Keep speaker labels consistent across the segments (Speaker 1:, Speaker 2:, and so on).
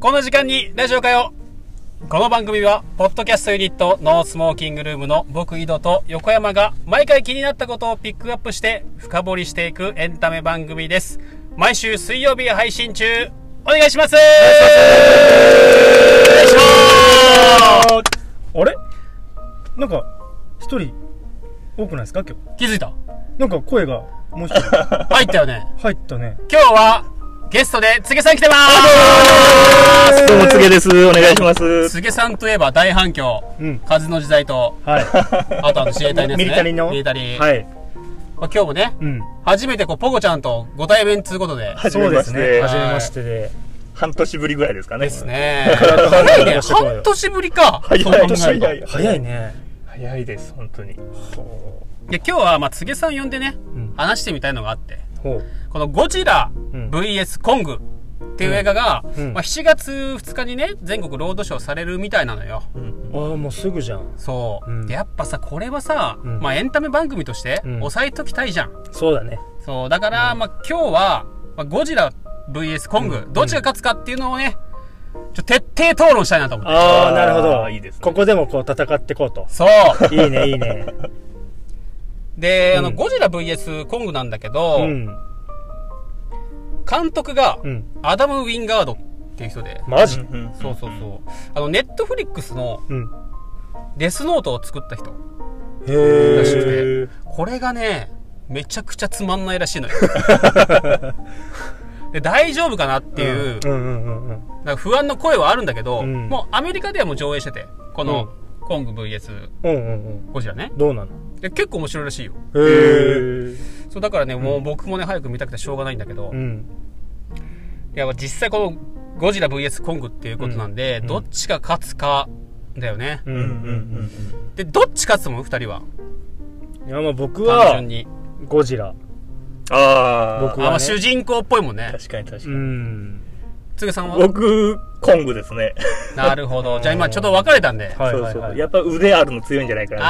Speaker 1: この時間にラジオかよこの番組はポッドキャストユニットノースモーキングルームの僕井戸と横山が毎回気になったことをピックアップして深掘りしていくエンタメ番組です毎週水曜日配信中お願いしますお願いします
Speaker 2: あれなんか、一人、多くないですか今日。
Speaker 1: 気づいた
Speaker 2: なんか声が、もう一人、
Speaker 1: 入ったよね
Speaker 2: 入ったね。
Speaker 1: 今日はゲストで柘植さん来てま
Speaker 3: どうも、つげです。お願いします
Speaker 1: す。柘植さんといえば大反響、
Speaker 2: うん。
Speaker 1: 風の時代と
Speaker 2: は
Speaker 1: あとあの自衛隊のやつ
Speaker 2: い。
Speaker 1: ね
Speaker 2: ミリタリーの。
Speaker 1: ミリタリー、
Speaker 2: はい。
Speaker 1: まあ、今日もね
Speaker 2: うん。
Speaker 1: 初めてこうポコちゃんとご対面つうことで
Speaker 3: はじ
Speaker 2: そ
Speaker 3: め
Speaker 2: うで
Speaker 3: ますし
Speaker 2: ね。
Speaker 3: て。
Speaker 2: はじめましてで。
Speaker 3: 半年ぶりぐらいですかね。
Speaker 1: です。ね
Speaker 2: 体張る
Speaker 1: 早いね
Speaker 2: 話してこいよ
Speaker 1: 半年ぶりか
Speaker 3: 早い
Speaker 1: そう考えると
Speaker 3: 早い
Speaker 2: 早いね。
Speaker 3: 早いです、本当に。
Speaker 2: ほ
Speaker 1: で今日はまあ柘植さん呼んでね
Speaker 2: う。うん。
Speaker 1: 話してみたいのがあって
Speaker 2: ほう。
Speaker 1: この「ゴジラ
Speaker 2: うん
Speaker 1: VS コング」っていう映画が、
Speaker 2: うん
Speaker 1: まあ、7月2日にね全国ロードショーされるみたいなのよ
Speaker 2: ああ、もうすぐじゃん。
Speaker 1: そう、
Speaker 2: うん
Speaker 1: でやっぱさこれはさ、
Speaker 2: うん
Speaker 1: まあ、エンタメ番組として
Speaker 2: うん
Speaker 1: 抑えときたいじゃん、
Speaker 2: そうだね。
Speaker 1: そうだから、まあ、今日は、まあ、ゴジラ VS コング、
Speaker 2: うん
Speaker 1: どっちが勝つかっていうのをねちょ徹底討論したいなと思って
Speaker 2: あ
Speaker 3: あ
Speaker 2: あ、
Speaker 3: ー
Speaker 2: なるほど。
Speaker 3: いいですね
Speaker 2: ここでもこう戦ってこうと。
Speaker 1: そう
Speaker 2: いいね、いいね。
Speaker 1: で、あ
Speaker 2: う
Speaker 1: の
Speaker 2: ん
Speaker 1: ゴジラ VS コングなんだけど、
Speaker 2: うん。
Speaker 1: 監督が
Speaker 2: うん。
Speaker 1: アダム・ウィンガードっていう人で、
Speaker 2: マジ
Speaker 3: うん
Speaker 1: そうそうそうあのネットフリックスの
Speaker 2: うん。
Speaker 1: デスノートを作った人
Speaker 2: へえ。
Speaker 1: らしくてこれがねめちゃくちゃつまんないらしい のよで大丈夫かなっていう、
Speaker 2: うんうんうんうん。
Speaker 1: なんか不安の声はあるんだけど、
Speaker 2: うん
Speaker 1: もうアメリカではもう上映してて、この、コング VS
Speaker 2: うんうんうん。
Speaker 1: ゴジラね。
Speaker 2: どうなの
Speaker 1: で、結構面白いらしいよ。
Speaker 2: へえ。
Speaker 1: そう、だからね、もう僕もね、早く見たくてしょうがないんだけど、
Speaker 2: う
Speaker 1: い
Speaker 2: ん。
Speaker 1: や、実際このゴジラ VS コングっていうことなんで、
Speaker 2: うん
Speaker 1: どっちが勝つか、だよね。
Speaker 2: うん
Speaker 3: う
Speaker 2: うん
Speaker 3: うん
Speaker 2: ん
Speaker 1: で、どっち勝つと思う二人は。
Speaker 2: うん。いや、まあ僕
Speaker 1: 単
Speaker 2: は
Speaker 1: 純、に。
Speaker 2: ゴジラ。
Speaker 3: ああ、
Speaker 2: 僕
Speaker 1: あ、
Speaker 2: は
Speaker 1: まあ
Speaker 2: ね
Speaker 1: 主人公っぽいもんね。
Speaker 3: 確かに確
Speaker 2: う
Speaker 3: かに。
Speaker 2: ん。
Speaker 1: つぐさんは
Speaker 3: 僕、コングですね。
Speaker 1: なるほど。じゃあ今ちょっと別れたんで。
Speaker 2: はい
Speaker 3: そう
Speaker 2: はい
Speaker 3: そ
Speaker 2: は
Speaker 3: う。
Speaker 2: い。
Speaker 3: やっぱ腕あるの強いんじゃないかな、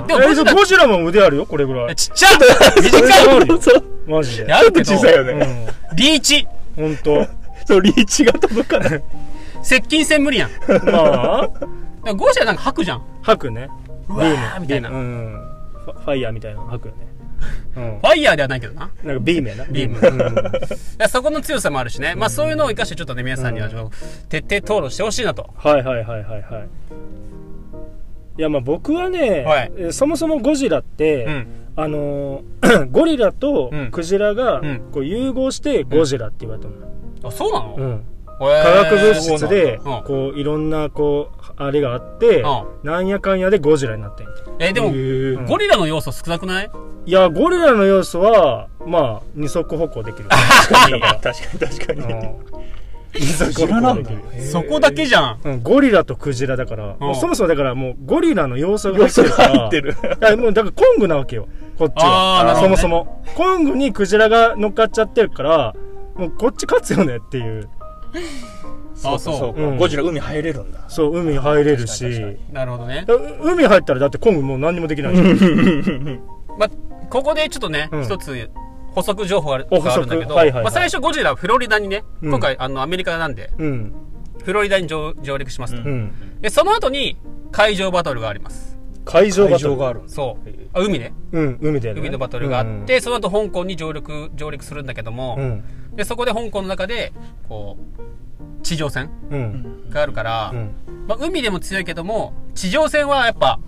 Speaker 1: あ ー。でも
Speaker 2: え
Speaker 1: ゴジラ
Speaker 2: ゴジラも腕あるよ、これぐらい。
Speaker 1: ちっちゃ短い
Speaker 3: みたいな。 そう。
Speaker 2: マジで。
Speaker 1: や
Speaker 3: ちょ
Speaker 1: る
Speaker 3: っと
Speaker 1: けど
Speaker 3: 小、さいよ
Speaker 2: う
Speaker 3: ね。
Speaker 2: ん。
Speaker 1: リーチ
Speaker 2: ほんと。
Speaker 3: そう、リーチが届かない。
Speaker 1: 接近戦無理やん。
Speaker 2: まあ、
Speaker 1: でもゴジラなんか吐くじゃん。
Speaker 2: 吐くね。
Speaker 1: うわーみたい
Speaker 2: ビ
Speaker 1: な。
Speaker 2: ー
Speaker 1: フ
Speaker 2: ムうん。ファファイヤーみたいなの吐くよね。うん。
Speaker 1: ァイヤーではないけどな。だか
Speaker 2: なんかビームやな。
Speaker 1: ビーム
Speaker 2: うん
Speaker 1: らそこの強さもあるしね。まあそういうのを生かしてちょっとね、皆さんにはちょっと徹底討論してほしいなと。
Speaker 2: はいはいはいはいはい。いやまあ僕はね、
Speaker 1: はい
Speaker 2: えーそもそもゴジラって、
Speaker 1: うん。
Speaker 2: あのー ゴリラと
Speaker 1: うん
Speaker 2: クジラが
Speaker 1: うん
Speaker 2: こう融合してゴジラって言われたの、
Speaker 1: あ、そうなの
Speaker 2: うん
Speaker 1: へー
Speaker 2: 化学物質で
Speaker 1: そうなんだ
Speaker 2: こういろんなこうあれがあって
Speaker 1: う
Speaker 2: なんやかんやでゴジラになってん
Speaker 1: うんえ、でも、
Speaker 2: うん
Speaker 1: ゴリラの要素少なくない
Speaker 2: いやゴリラの要素はまあ二足歩行できる
Speaker 3: 確かに、確かに、確か
Speaker 2: う
Speaker 3: に。
Speaker 2: ん二足歩行できる
Speaker 1: そこだけじゃん。
Speaker 2: うん、ゴリラとクジラだから、もうそもそもだからもうゴリラの要素が
Speaker 3: 要
Speaker 2: 入って
Speaker 3: 素
Speaker 2: るか
Speaker 3: が
Speaker 2: ら
Speaker 3: 入ってる。
Speaker 2: いやもうだからコングなわけよこっち
Speaker 1: あーな
Speaker 2: は
Speaker 1: るほど
Speaker 2: そ
Speaker 1: ね
Speaker 2: もそもコングにクジラが乗っかっちゃってるからもうこっち勝つよねっていう
Speaker 1: あ、
Speaker 3: そう
Speaker 1: そ
Speaker 3: か
Speaker 2: うん
Speaker 3: ゴジラ海入れるんだ。
Speaker 2: そう海入れるし
Speaker 3: 確かに
Speaker 1: う。なるほどね。
Speaker 2: だから海入ったらだってコングもう何にもできないじゃん
Speaker 1: まあ、ここでちょっとね
Speaker 2: う、ん
Speaker 1: 一つ補足情報がある
Speaker 2: お補足
Speaker 1: があるんだけど、
Speaker 2: はいはいはい
Speaker 1: まあ最初ゴジラフロリダにね、
Speaker 2: うん
Speaker 1: 今回あのアメリカなんで、
Speaker 2: うん
Speaker 1: フロリダに上上陸しますと
Speaker 3: う
Speaker 2: う。ん
Speaker 1: で、その後に海上バトルがあります。
Speaker 2: 海上バトル
Speaker 3: るんだ。
Speaker 1: そう。あ、海ね。
Speaker 2: うん海で、ね、
Speaker 1: 海のバトルがあって、その後香港に上陸上陸するんだけども、
Speaker 2: うん
Speaker 1: でそこで香港の中でこう地上戦
Speaker 2: うんう
Speaker 3: うんん
Speaker 1: があるから、
Speaker 2: うん
Speaker 1: まあ、海でも強いけども地上戦はやっぱ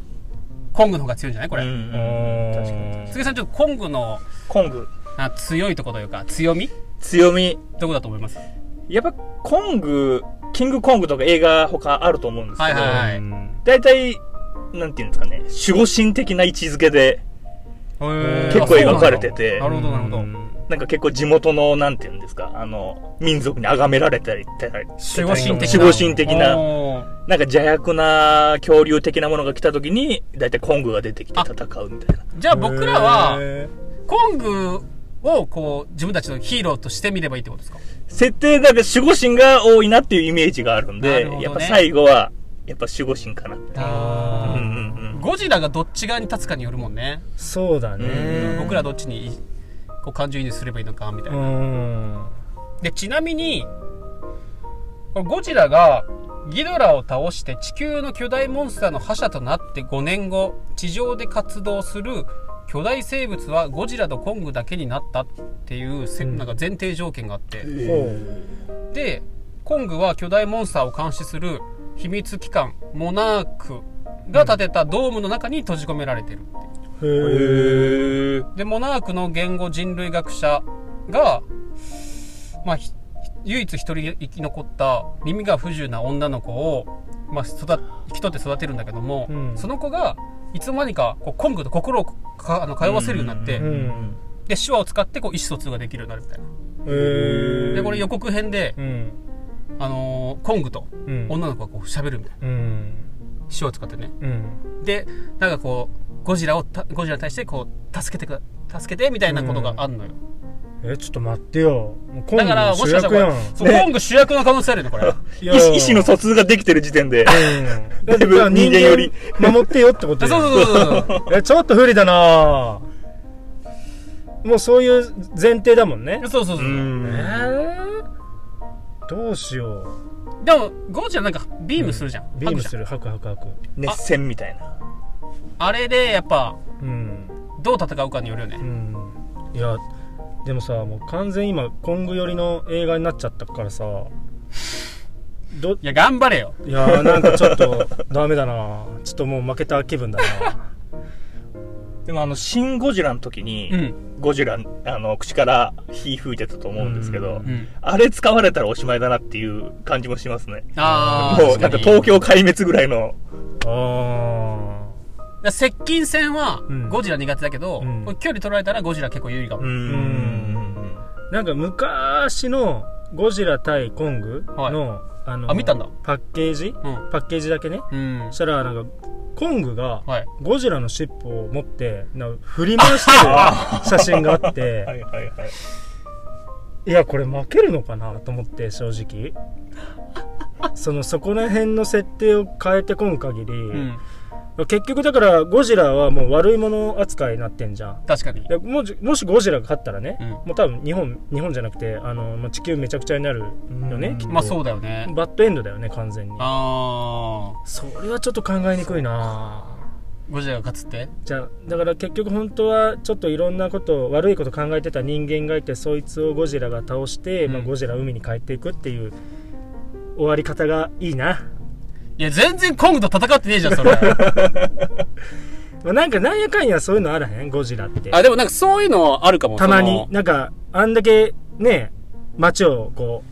Speaker 1: コングの方が強いんじゃないこ
Speaker 3: う
Speaker 1: れ、
Speaker 2: うんん
Speaker 3: 確かに
Speaker 1: 杉さんちょっとコングの
Speaker 3: コング、
Speaker 1: あ強いところというか強み
Speaker 3: 強み。
Speaker 1: どこだと思います
Speaker 3: やっぱコング、キングコングとか映画他あると思うんですけど、
Speaker 1: はいはい
Speaker 2: うん
Speaker 3: 大体、なんていうんですかね、守護神的な位置づけで、
Speaker 1: あそうなん
Speaker 2: 結構
Speaker 1: だ
Speaker 3: 描かれてて
Speaker 1: なるほどなるほど、
Speaker 2: うん
Speaker 3: なんか結構地元の、なんていうんですか、あの、民族に崇められたり、たり
Speaker 1: 守護神的な
Speaker 3: 守護神的な、
Speaker 1: おー
Speaker 3: なんか邪悪な恐竜的なものが来た時に、大体コングが出てきて戦うみたいな。
Speaker 1: じゃあ僕らは
Speaker 2: へ
Speaker 1: コングをこう自分たちのヒーローとしてみればいいってことですか
Speaker 3: 設定だけ守護神が多いなっていうイメージがあるん
Speaker 1: な
Speaker 3: で、
Speaker 1: るほどね
Speaker 3: やっぱ最後は、やっぱ守護神かな。うん
Speaker 1: あ
Speaker 3: う
Speaker 1: ー
Speaker 3: ん
Speaker 1: ゴジラがどっち側に立つかによるもんね、
Speaker 2: ーそうだね
Speaker 1: 僕らどっちにこう感情移入すればいいのかみたいうな、
Speaker 2: ん
Speaker 1: でちなみにこれゴジラがギドラを倒して地球の巨大モンスターの覇者となって5年後地上で活動する巨大生物はゴジラとコングだけになったっていうせ、
Speaker 2: うん
Speaker 1: なんか前提条件があって
Speaker 2: ほ
Speaker 1: でコングは巨大モンスターを監視する秘密機関モナークが建てたドームの中に閉じ込められてる
Speaker 2: うへえ
Speaker 3: へえ
Speaker 1: でモナークの言語人類学者が、まあ、ひ唯一一人生き残った耳が不自由な女の子を、まあ、育引き取って育てるんだけども、
Speaker 2: うん
Speaker 1: その子がいつの間にかこうコングと心をかあの通わせるようになって、
Speaker 2: うん
Speaker 1: で手話を使ってこう意思疎通ができるようになるみたいな。
Speaker 2: へえ
Speaker 1: でこれ予告編で
Speaker 2: う、ん
Speaker 1: あのーコングと
Speaker 2: うん
Speaker 1: 女の子がこう喋るみたいな
Speaker 2: うん
Speaker 1: 手話を使ってね。
Speaker 2: うん
Speaker 1: でなんかこうゴジラをたゴジラに対してこう助けてくだ助けてみたいなことがあるのよ。
Speaker 2: えちょっと待ってよもう今
Speaker 1: だから
Speaker 2: 度
Speaker 1: も
Speaker 2: 主
Speaker 1: しかした
Speaker 2: 役
Speaker 1: ら
Speaker 2: や
Speaker 1: こ
Speaker 2: ん
Speaker 1: れそうコング主役の可能性あるよねこれ。
Speaker 2: い
Speaker 3: 意
Speaker 2: やいや
Speaker 3: 思意思の疎通ができてる時点
Speaker 2: う
Speaker 3: で
Speaker 2: んだ
Speaker 3: だ
Speaker 2: って
Speaker 3: いぶ人間より
Speaker 2: 人間守ってよってこと
Speaker 1: そう
Speaker 2: やん
Speaker 1: そうそうそう。
Speaker 2: えちょっと不利だなもうそういう前提だもんね
Speaker 1: そうそうそうう。
Speaker 3: ん
Speaker 2: どうしよう
Speaker 1: でも、ゴジラなんかビームするじゃん。
Speaker 2: ビー
Speaker 1: ハ
Speaker 2: ム
Speaker 1: グ
Speaker 2: す
Speaker 1: じゃん
Speaker 2: るハクハクハク
Speaker 3: 熱戦みたいな
Speaker 1: あれで、やっぱ、
Speaker 2: うん
Speaker 1: どう戦うかによるよ
Speaker 2: う
Speaker 1: ね。
Speaker 2: んいやでもさもう完全に今コング寄りの映画になっちゃったからさど
Speaker 1: いや、頑張れよ。
Speaker 2: いやーなんかちょ っとダメだなちょっともう負けた気分だな
Speaker 3: でもあの「シン・ゴジラ」の時に、
Speaker 1: うん。
Speaker 3: ゴジラあの口から火吹いてたと思うんですけど、
Speaker 2: うん
Speaker 1: うん。
Speaker 3: あれ使われたらおしまいだなっていう感じもしますね
Speaker 1: あー
Speaker 3: もうなんか東京壊滅ぐらいの
Speaker 2: あ
Speaker 1: だから接近戦は
Speaker 2: うん
Speaker 1: ゴジラ苦手だけど、
Speaker 2: うん
Speaker 1: これ距離取られたらゴジラ結構有利かも。
Speaker 2: んーなんか昔のゴジラ対コングの、
Speaker 1: はい
Speaker 2: あの
Speaker 1: あ見たんだ
Speaker 2: パッケージ
Speaker 1: うん。
Speaker 2: パッケージだけね
Speaker 1: うん
Speaker 2: そし。たらなんかコングが
Speaker 1: はい。
Speaker 2: ゴジラの尻尾を持ってなんか振り回 してる写真があっ
Speaker 3: は
Speaker 2: て
Speaker 3: いはいはい
Speaker 2: いやこれ負けるのかなと思って正直そのそこら辺の設定を変えてこん限り、
Speaker 1: うん。
Speaker 2: 結局だからゴジラはもう悪いもの扱いになってんじゃん
Speaker 1: 確かに。
Speaker 2: でもしもしゴジラが勝ったらね、
Speaker 1: うん
Speaker 2: もう多分日本日本じゃなくてあの、まあ、地球めちゃくちゃになるよね、
Speaker 3: うん
Speaker 2: きっと
Speaker 1: まあそうだよね。
Speaker 2: バッドエンドだよね完全に
Speaker 1: あ
Speaker 2: それはちょっと考えにくいな
Speaker 1: ー。ゴジラが勝つって
Speaker 2: じゃあだから結局本当はちょっといろんなこと悪いこと考えてた人間がいてそいつをゴジラが倒して、
Speaker 1: うん
Speaker 2: まあ、ゴジラ海に帰っていくっていう終わり方がいいな、
Speaker 1: いや、全然コングと戦ってねえじゃん、そ れ。
Speaker 2: まあ、なんかなんやかんやそういうのあらへんゴジラって
Speaker 1: あ、でもなんかそういうのあるかも。
Speaker 2: たま
Speaker 1: そ
Speaker 2: に
Speaker 1: の
Speaker 2: なんかあんだけね街をこ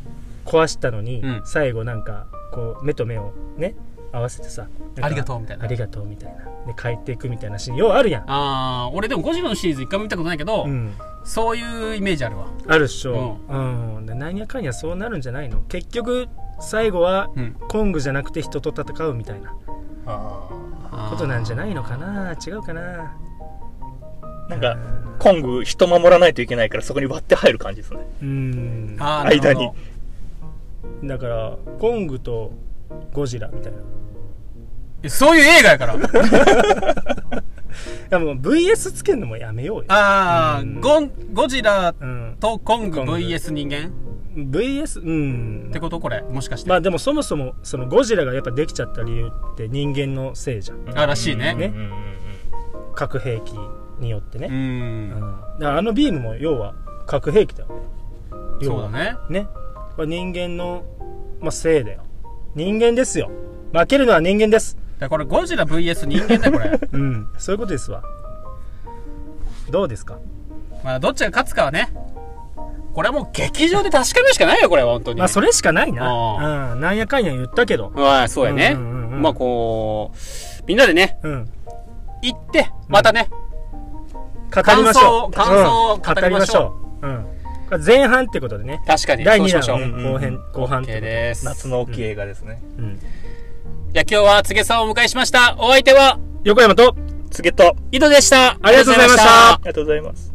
Speaker 2: う壊したのに、
Speaker 1: うん
Speaker 2: 最後なんかこう目と目をね合わせてさなんか
Speaker 1: ありがとうみたいな
Speaker 2: ありがとうみたいなで帰っていくみたいなシーンようあるやん
Speaker 1: あー、俺でもゴジラのシリーズ一回も見たことないけど、
Speaker 2: うん
Speaker 1: そういうイメージあるわ。
Speaker 2: あるっしょうん、でなんやかんやそうなるんじゃないの結局最後は
Speaker 1: うん。
Speaker 2: コングじゃなくて人と戦うみたいな
Speaker 3: あ
Speaker 2: ことなんじゃ
Speaker 1: い
Speaker 2: ないのかな違うかな
Speaker 3: ーなんかコング人守らないといけないからそこに割って入る感じですね
Speaker 2: うん
Speaker 1: あー
Speaker 3: 間に。
Speaker 2: だからコングとゴジラみたいない
Speaker 1: やそういう映画やから。
Speaker 2: やもう VS つけんのもやめようよ
Speaker 1: ああ、
Speaker 2: うん
Speaker 1: ゴンゴジラ
Speaker 2: うん
Speaker 1: とコング
Speaker 2: コング
Speaker 1: VS 人間
Speaker 2: VS うん
Speaker 1: ってことこれ、もしかして。
Speaker 2: まあでもそもそもそのゴジラがやっぱできちゃった理由って人間のせいじゃん
Speaker 1: あらしいね
Speaker 3: うんうんうんうん
Speaker 2: 核兵器によって
Speaker 1: う。
Speaker 2: ね、うんんだからあのビームも要は核兵器だよね要
Speaker 1: そう
Speaker 2: は
Speaker 1: だね。
Speaker 2: ねこれ人間の、まあ、せいだよ人間ですよ負けるのは人間です
Speaker 1: だからこれゴジラ VS 人間だよ、こ れ。
Speaker 2: うんそういうことですわどうですか
Speaker 1: まあ、どっちが勝つかはね。これはもう劇場で確かめるしかないよ、これは、本当に。
Speaker 2: まあそれしかないな
Speaker 1: あ
Speaker 2: うんなんやかんや言ったけど
Speaker 1: はい、そうやね。
Speaker 2: うんうんうんうん
Speaker 1: まあ、こう、みんなでね、
Speaker 2: うん
Speaker 1: 行って、またね、
Speaker 2: 語りましょ
Speaker 1: 感想を
Speaker 2: う
Speaker 1: 感想を語りましょ
Speaker 2: うん語りましょう、うん、これ前半ってことでね
Speaker 1: 確かに。
Speaker 2: 第2
Speaker 1: そうしま
Speaker 2: 弾
Speaker 1: しょう。
Speaker 2: の後編後半っ
Speaker 1: OK
Speaker 2: て
Speaker 1: です。
Speaker 3: 夏の大きい映画ですね、
Speaker 2: こと、うん、
Speaker 1: じゃあ今日は、つげさんをお迎えしました。お相手は、
Speaker 2: 横山と
Speaker 3: 次ゲット
Speaker 1: 井戸でした。
Speaker 2: ありがとうございました
Speaker 3: ありがとうございます